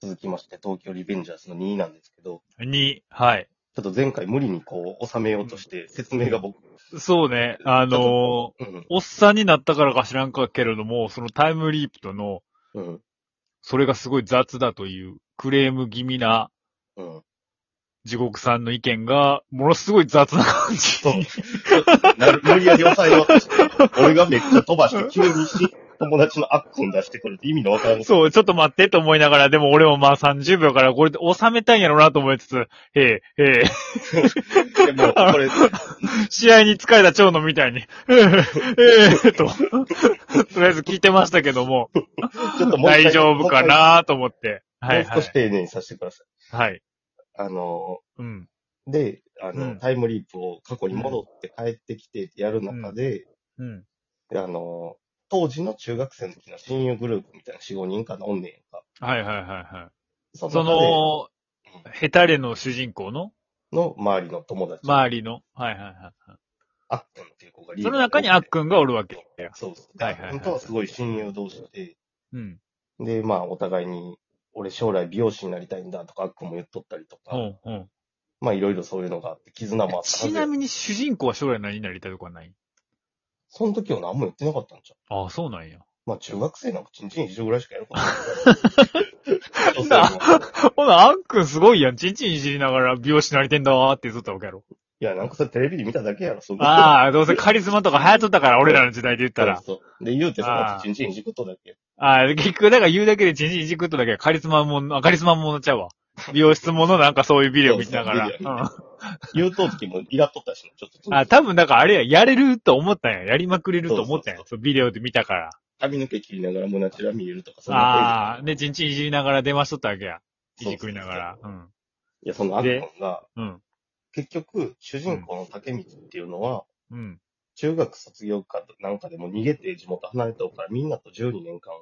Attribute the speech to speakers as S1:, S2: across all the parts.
S1: 続きまして、東京リベンジャーズの2なんですけど、
S2: に、はい。
S1: ちょっと前回無理にこう、収めようとして、説明が僕、
S2: そうね、あ
S1: ち
S2: の
S1: うん、
S2: おっさんになったからか知らんかけれども、そのタイムリープとの、
S1: うん、
S2: それがすごい雑だというクレーム気味な
S1: うん。
S2: 地獄さんの意見が、ものすごい雑な感じ。
S1: そう。なる無理やり抑えようとして、俺がめっちゃ飛ばして、急にし友達のアッコン出してくるって意味のわからん。
S2: そう、ちょっと待ってと思いながら、でも俺もまあ30秒からこれで収めたいんやろうなと思いつつ、へえ、へえ、
S1: でも、これ、
S2: 試合に疲れた蝶野みたいに、へえ、へえ、と、 とりあえず聞いてましたけども、
S1: ちょっともう一回
S2: 大丈夫かなと思って。
S1: もう
S2: はい
S1: 一回
S2: は
S1: もう少し
S2: い。
S1: 丁寧にさせてください。
S2: はい。
S1: あの、
S2: うん。
S1: で、あの、
S2: うん
S1: タイムリープを過去に戻って帰ってきてやる中で、
S2: うん。
S1: あの、当時の中学生の時の親友グループみたいな4、5人かな、おんねんやんか。
S2: はいはいはいは
S1: そ
S2: い。そ
S1: 中
S2: の、ヘタレの主人公の
S1: での周りの友達、
S2: 周りの。はいはいは
S1: あっくんっていう子が
S2: い。
S1: リーダー
S2: その中にあっくんがおるわけや。
S1: そうそう。
S2: はいはいは
S1: あ
S2: い
S1: っくんとはすごい親友同士で、
S2: うん。
S1: で、まあ、お互いに、俺将来美容師になりたいんだとか、あっくんも言っとったりとか、
S2: ほうほう
S1: まあ、いろいろそういうのがあって、絆もあったは
S2: ち
S1: ず
S2: なみに主人公は将来何になりたいとかはない
S1: その時は何も言ってなかったんじゃん。
S2: ああ、そうなんや。
S1: まあ、中学生なんかチンチン一緒ぐらいしかやるかも
S2: なほな、あっくんすごいやん。ちんちんいじりながら美容師なりてんだわーって言っとったわけやろ。
S1: いや、なんかそれテレビで見ただけやろ、そあ、
S2: ああ、どうせカリスマとか流行っとったから、俺らの時代で言ったら。
S1: そうそう。で、言うてその
S2: あ
S1: 後
S2: ー
S1: チンチンいじくとだけ。
S2: ああ、結局、だから言うだけでちんちんいじくっとだけカリスマもん、あカリスマものちゃうわ。美容室ものなんかそういうビデオ見ながら
S1: そうそうビ。デ
S2: う
S1: オ見
S2: ん
S1: て言うとう時もイラっとったしな、ちょっとチンチン。
S2: あ、多分だからあれや、やれると思ったんや。やりまくれると思ったんや。
S1: そ
S2: そううビデオで見たから。
S1: 髪の毛切りながら胸ちら見えるとか、そんな
S2: ああ、で、ちんちんいじりながら電話しとったわけや。い
S1: そうそうそう
S2: じくりながら。うん。
S1: いや、そのアッコンが、
S2: うん。
S1: 結局、主人公の竹光っていうのは、
S2: うん。
S1: 中学卒業かなんかでも逃げて地元離れたからみんなと12年間、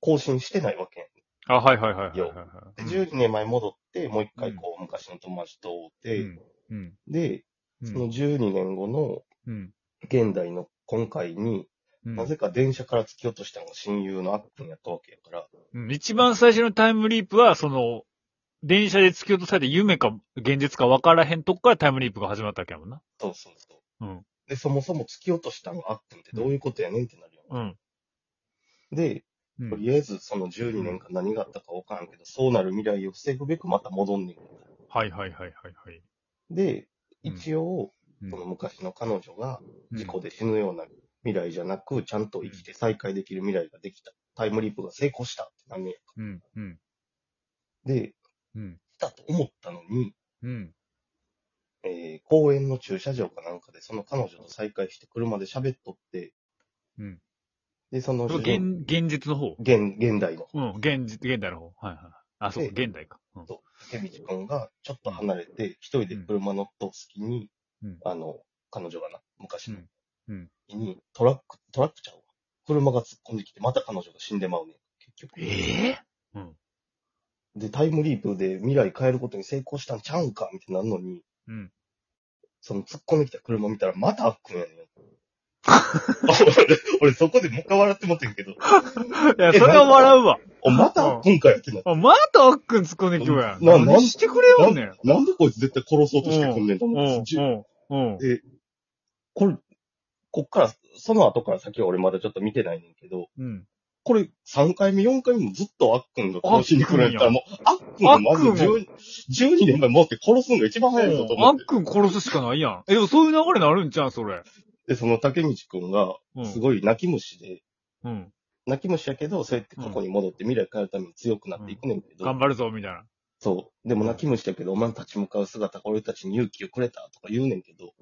S1: 更新してないわけやん。
S2: あ、はいはいはいはい
S1: よ
S2: はい。
S1: で、12年前戻って、もう一回こう、昔の友達と会
S2: う
S1: うて、
S2: ん。うん。
S1: で、
S2: う
S1: そ
S2: ん
S1: の12年後の
S2: うん。
S1: 現代の今回に、
S2: うん
S1: なぜか電車から突き落としたのが親友のあっくんやったわけやから、
S2: うん一番最初のタイムリープは、その、電車で突き落とされて夢か現実か分からへんとこからタイムリープが始まったわけやもんな。
S1: そうそうそう。
S2: うん。
S1: で、そもそも突き落としたのがあっくんってどういうことやねんってなるよ。
S2: うん。
S1: で、
S2: うん
S1: とりあえずその12年間何があったかわからんけど、そうなる未来を防ぐべくまた戻んねん。
S2: はいはいはいはいはい。
S1: で、
S2: うん
S1: 一応、
S2: うん
S1: その昔の彼女が事故
S2: で。
S1: で死ぬような未来じゃなく、ちゃんと生きて再会できる未来ができた。タイムリープが成功したってなんねやんか
S2: うん。うん。
S1: で、
S2: うん。
S1: 来たと思ったのに、
S2: うん。
S1: えー公園の駐車場かなんかで、その彼女と再会して車で喋っとって、
S2: うん
S1: で、その
S2: それ
S1: 主
S2: 現
S1: 人、
S2: 現実の方
S1: 現、現代の
S2: うん。現実、現代の方。はいはい。あ、そうか、現代か。うん
S1: 手道くんがちょっと離れて、一人で車乗っとう隙に、
S2: うん
S1: あの、彼女がな、昔の
S2: うんうん
S1: 時に、トラック、トラックちゃうわ。車が突っ込んできて、また彼女が死んでまうねん。結局。
S2: ええうん。
S1: で、タイムリープで未来変えることに成功したんちゃうんかみたいになるのに、
S2: うん。
S1: その突っ込んできた車見たら、またあっくんやねん。俺、俺そこでもう一回笑ってもってんけど、
S2: いや、それは笑うわ。
S1: お、またあっくんかやってな。
S2: あまたあっくん突っ込んできようやん。
S1: ななん
S2: 何してくれよんねん。
S1: なんでこいつ絶対殺そうとしてくんねんと
S2: う
S1: 思って
S2: ん。、うん。うん。
S1: これ、こっから、その後から先は俺まだちょっと見てないねんけど、
S2: うん。
S1: これ3回目、4回目もずっとあっくんが殺しに来るんやったらもう、あっくんがまず
S2: あっくんも
S1: 12, 12年前持って殺すのが一番早いぞと
S2: あ
S1: 思
S2: っ
S1: って。
S2: くん殺すしかないやん。え、でもそういう流れになるんちゃうんそれ。
S1: で、その竹道くんが、
S2: うん。
S1: すごい泣き虫で、
S2: うん。
S1: 泣き虫やけど、そうやって過去に戻って未来変えるために強くなっていくねんけど、
S2: 頑張るぞ、みたいな。
S1: そう。でも泣き虫やけど、お前に立ち向かう姿が俺たちに勇気をくれたとか言うねんけど、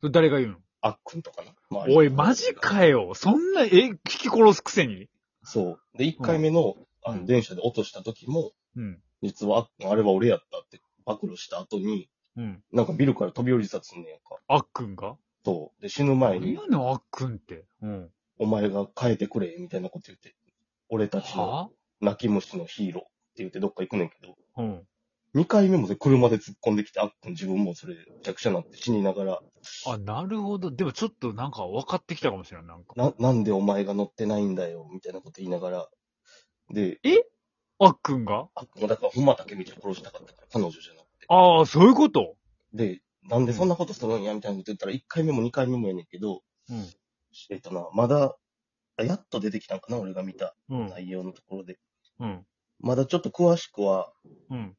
S2: それ誰が言うの
S1: あっくんとかな。周りの
S2: おい、マジかよ。そんな、え、聞き殺すくせに
S1: そう。で、1回目の、
S2: うん
S1: あの、電車で落とした時も、
S2: うん。
S1: 実は、あれは俺やったって暴露した後に、
S2: うん。
S1: なんかビルから飛び降り自殺すんねやんか。
S2: あっくんが
S1: そう。で、死ぬ前
S2: 何
S1: に
S2: や、ねん、あっくんって。うん。
S1: お前が変えてくれ、みたいなこと言って、俺たちの
S2: は
S1: 泣き虫のヒーローって言ってどっか行くねんけど、
S2: うん。
S1: 2回目もで車で突っ込んできて、あっくん自分もそれ、弱者になって死にながら、
S2: あ、なるほど。でもちょっとなんか分かってきたかもしれない。なんか。
S1: な、なんでお前が乗ってないんだよ、みたいなこと言いながら、で、
S2: あっくんが
S1: あっくんはだから、本間武道を殺したかったから、彼女じゃなくて。
S2: ああ、そういうこと
S1: で、なんでそんなことするんや、みたいなこと言ったら、1回目も2回目もやねんけど、
S2: うん。
S1: えっとな、まだ、やっと出てきたんかな、俺が見た
S2: うん。
S1: 内容のところで。
S2: うん。
S1: まだちょっと詳しくは、
S2: うん。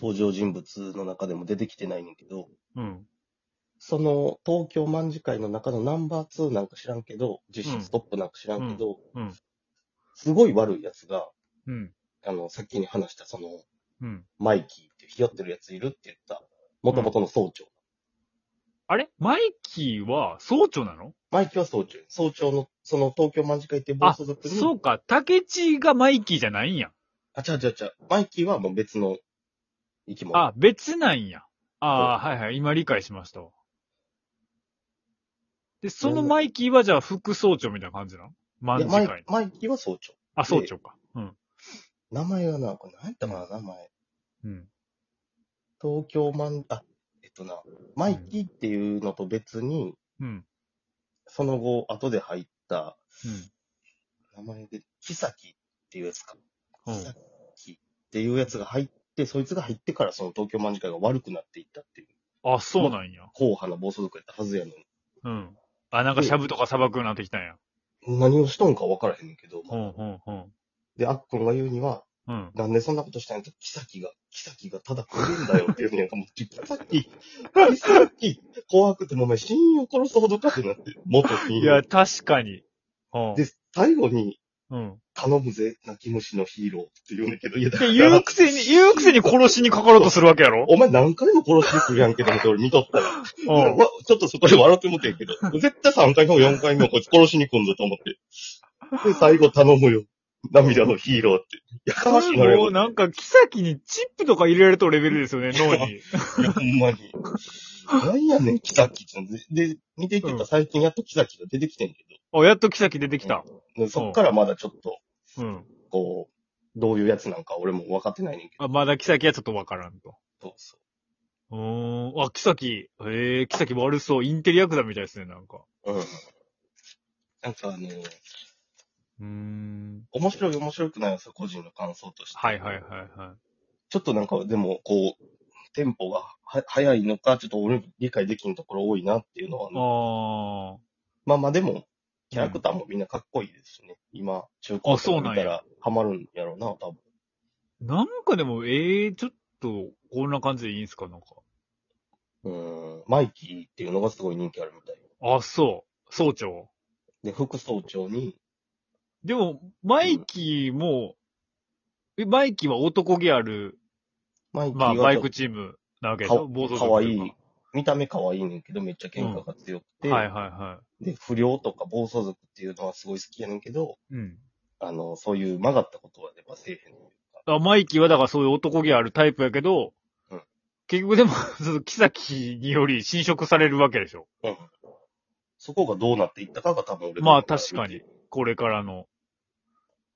S1: 登場人物の中でも出てきてないねんけど、
S2: うん。
S1: その東京卍会の中のナンバー2なんか知らんけど、実質トップなんか知らんけど、
S2: うん。
S1: すごい悪いやつが、
S2: うん。
S1: あの、さっきに話したその、
S2: うん。
S1: マイキーっていうひよってるやついるって言った、元々の総長。
S2: あれマイキーは総長なの
S1: マイキーは総長。総長の、その東京卍会っていう暴
S2: あ、
S1: 走族に、
S2: そうか。竹地がマイキーじゃないんや。
S1: あ、ちゃうちゃうちゃう。マイキーはもう別の生き物。
S2: あ、別なんや。ああ、はいはい。今理解しましたわ。で、そのマイキーはじゃあ副総長みたいな感じなの
S1: い
S2: 万
S1: や
S2: 次
S1: マイ
S2: 会。
S1: マイキーは総長。
S2: あ、総長か。うん。
S1: 名前がな、これ何やったかな、名前。
S2: うん。
S1: 東京卍、あ、えっとな、マイキーっていうのと別に、
S2: うん。
S1: その後、後で入った、
S2: うん。
S1: 名前で、キサキっていうやつか。
S2: う
S1: キ
S2: ん
S1: サキっていうやつが入って、そいつが入ってからその東京卍会が悪くなっていったっていう、
S2: あ、そうなんや。
S1: 硬派な暴走族やったはずやのに。
S2: うん。あ、なんかシャブとか砂漠になってきたんや。
S1: 何をしとんか分からへんねんけど、
S2: うん、うん、うん。
S1: で、アッコンが言うには、
S2: うん。
S1: なんでそんなことしたんやと、キサキが、キサキがただ来るんだよっていう ね、もう、キサキ、キサキ、怖くてもお前、親友を殺すほどかってなって、元親
S2: いや、
S1: 友。
S2: 確かに。うん
S1: で、最後に、
S2: うん。っ
S1: 頼むぜ、泣き虫のヒーローって言うねんけど、いや、だか
S2: て言う
S1: ら、
S2: くせに、言うくせに殺しにかかろうとするわけやろ
S1: お前何回も殺してくるやんけど、俺見とったら。
S2: うん。
S1: わちょっとそこで笑ってもてん けど、絶対3回目も4回目もこいつ殺しに来んぞと思って。で、最後頼むよ。涙のヒーローって。やかましいな、
S2: も
S1: よ
S2: うなんか、キサキにチップとか入れられたレベルですよね、脳に。
S1: いや、ほんまに。なんやねん、キサキちゃん。で、見ていってたら最近やっとキサキが出てきてんけ
S2: あ、やっとキサキ出てきた。
S1: ど、でそっからまだちょっと、
S2: うん。
S1: こう、どういうやつなんか俺も分かってないねんけど。
S2: あまだキサキはちょっとわからんと。
S1: そうそう
S2: ーん。あ、キサキ。へえ、キサキ悪そう。インテリヤクザみたいですね、なんか。
S1: う。うん。なんかあの、
S2: うーん。
S1: 面白い面白くないですよ、個人の感想として。
S2: はいはいはいは
S1: ちょっとなんか、でも、こう、テンポがは早いのか、ちょっと俺理解できんところ多いなっていうのは、
S2: い。あ
S1: まあまあでも、キャラクターもみんなかっこいいですしね。今、中高生見たらハマるんやろうな、多分。
S2: ー。なんかでも、ええちょっと、こんな感じでいいんすか、なんか。
S1: うーん、マイキーっていうのがすごい人気あるみたい。
S2: あ、そう。総長。
S1: で、副総長に、
S2: でも、マイキーも、え、マイキーは男気ある、
S1: マイキー
S2: まあ、
S1: は
S2: バイクチームなわけでしょ暴
S1: か
S2: 走
S1: か
S2: 族
S1: わ
S2: と
S1: い
S2: いう
S1: い。見た目かわいいねんけど、めっちゃ喧嘩が強くて、
S2: かはいはいは
S1: で、不良とか暴走族っていうのはすごい好きやねんけど、
S2: い。うん。
S1: あの、そういう曲がったことはやっぱせえへん。
S2: あマイキーはだからそういう男気あるタイプやけど、
S1: うん
S2: 結局でも、 その、キサキにより侵食されるわけでしょ。
S1: うん。そこがどうなっていったかが多分俺の
S2: まあ確かに。。これからの。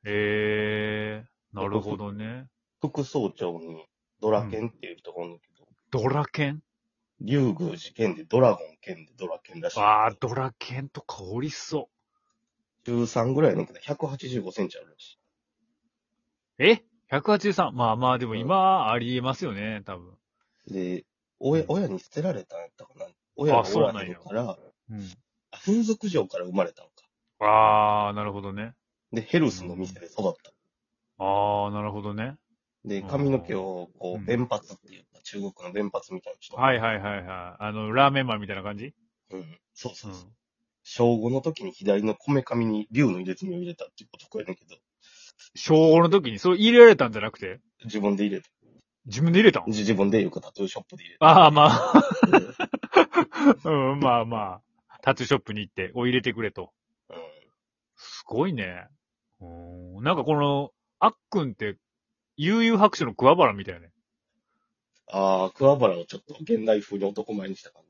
S2: ええなるほどね。
S1: 副総長にドラケンっていう人がおるんだけど、
S2: ドラケン
S1: 竜宮寺剣でドラゴン剣でドラケンらしい。
S2: ああ、ドラケンとかおりそ
S1: 13ぐらいのけど、185センチあるらしい。
S2: う。え ?183? まあまあ、でも今、ありえますよね、多分。
S1: で、親、親に捨てられたんやったかな。親
S2: あ
S1: が
S2: そ
S1: お
S2: う
S1: ら
S2: なん
S1: へ
S2: や
S1: んから、
S2: うん。
S1: あ風俗嬢から生まれたのか。
S2: ああ、なるほどね。
S1: で、ヘルスの店で育った。
S2: ああ、なるほどね。
S1: で、髪の毛を、こ
S2: うん
S1: う、弁髪っていうか、中国の弁髪みたいな人。
S2: はい
S1: い。
S2: はいはいはい。あの、ラーメンマンみたいな感じ
S1: うん。そう
S2: う
S1: そ
S2: ん
S1: うそう。。小5の時に左のこめかみに竜の入れ墨を入れたっていうことやねんけど、
S2: 小5の時に、それ入れられたんじゃなくて
S1: 自分で入れた。
S2: 自分で入れたん
S1: 自自分で言うか、タトゥーショップで入れた。
S2: ああ、まあ。 うん、まあまあ。タトゥーショップに行って、お入れてくれと。
S1: うん。
S2: すごいね。うーん。なんかこの、あっくんって、悠々白書の桑原みたいね。
S1: ああ、桑原をちょっと現代風に男前にした感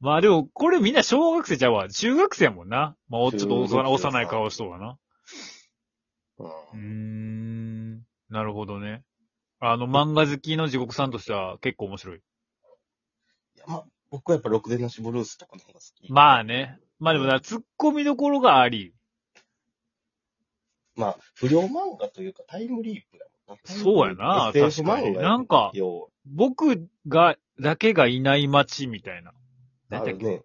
S2: まあでも、これみんな小学生ちゃうわ。中学生やもんな。まあ、おちょっと
S1: 中学
S2: 幼
S1: 生
S2: 幼い顔しとうわな。
S1: じ。
S2: う
S1: う
S2: ー
S1: ん。
S2: ん。なるほどね。あの、漫画好きの地獄さんとしては結構面白い。
S1: いや、まあ、僕はやっぱろくでなしブルースとかの方が好き。ま、
S2: まあね。まあでもな、突っ込みどころがあり。
S1: まあ、不良漫画というかタイムリープやもんな。
S2: そうやな
S1: SF
S2: 確かに
S1: 漫画
S2: なんか
S1: よ
S2: 僕が、だけがいない街みたいな。
S1: う、
S2: なん
S1: あ
S2: だっ
S1: る
S2: け
S1: ね。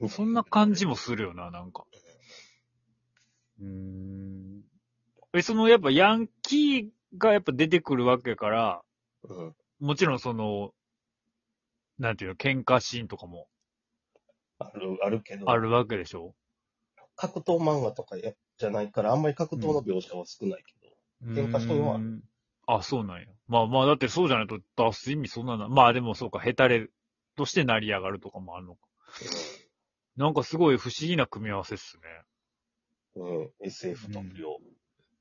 S1: うん
S2: そんな感じもするよな、なんか。うーん。え、そのやっぱヤンキーがやっぱ出てくるわけやから、
S1: うん。
S2: もちろんその、なんていうの、喧嘩シーンとかも
S1: ある、あるけど。
S2: あるわけでしょ
S1: 格闘漫画とかやじゃないから、あんまり格闘の描写は少ないけど。喧嘩シーンは
S2: うーんあ、そうなんや。まあまあ、だってそうじゃないと出す意味そんなな。まあでもそうか、ヘタレとして成り上がるとかもあるのか。なんかすごい不思議な組み合わせっすね。
S1: うん。SF と不良。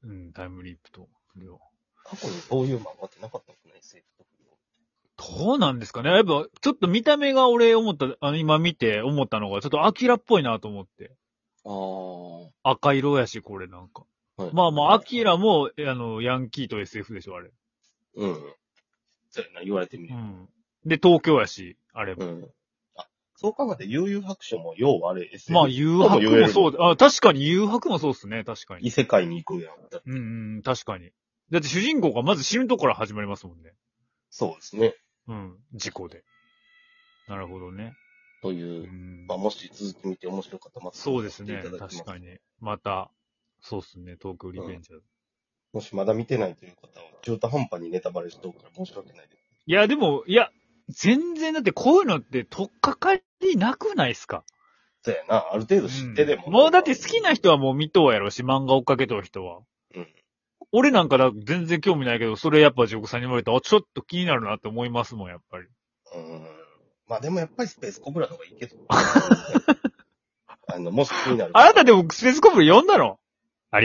S2: うん、タイムリープと不良。
S1: 過去にそういう漫画ってなかったもんね、SF と不良。
S2: どうなんですかねやっぱ、ちょっと見た目が俺思った、あの、今見て思ったのが、ちょっとアキラっぽいなと思って。
S1: あ
S2: 赤色やし、これなんか。
S1: あ、はい
S2: まあまあ、アキラも、えあの、ヤンキーと SF でしょ、あれ。
S1: うん。そうやな、言われてみ
S2: う
S1: る。
S2: ん。で、東京やし、あれも。
S1: うん。あ、そう考えて、悠々白書も、要はあれ、SF。
S2: まあ、誘
S1: とも
S2: 白
S1: 言え
S2: も
S1: る
S2: そうだ。あ、確かに誘白もそうっすね、確か
S1: 異
S2: に。
S1: 世界に行くやん。だ
S2: うんうん、確かに。だって主人公がまず死ぬとこから始まりますもんね。
S1: そうですね。
S2: うん、事故で。なるほどね。
S1: と
S2: う
S1: いう、
S2: ん
S1: まあ、もし続き見て面白かったら、また
S2: そうですね、
S1: 見ていただき
S2: 確
S1: ます
S2: かに。また、そうっすね、東京リベンジャーズ。
S1: もしまだ見てないという方は、中途半端にネタバレしておくから申し訳ないです。
S2: いや、でも、いや、全然だってこういうのって取っかかりなくないっすか
S1: そうやな、ある程度知ってでも。
S2: うんもうだって好きな人はもう見とうやろし、漫画追っかけとう人は。
S1: うん
S2: 俺なんかだ全然興味ないけど、それやっぱ地獄さんに言われたら、あちょっと気になるなって思いますもん、やっぱり。
S1: うーんまあでもやっぱりスペース コブラの方がいいけど。あの、もし気になる。
S2: あなたでもスペースコブル読んだの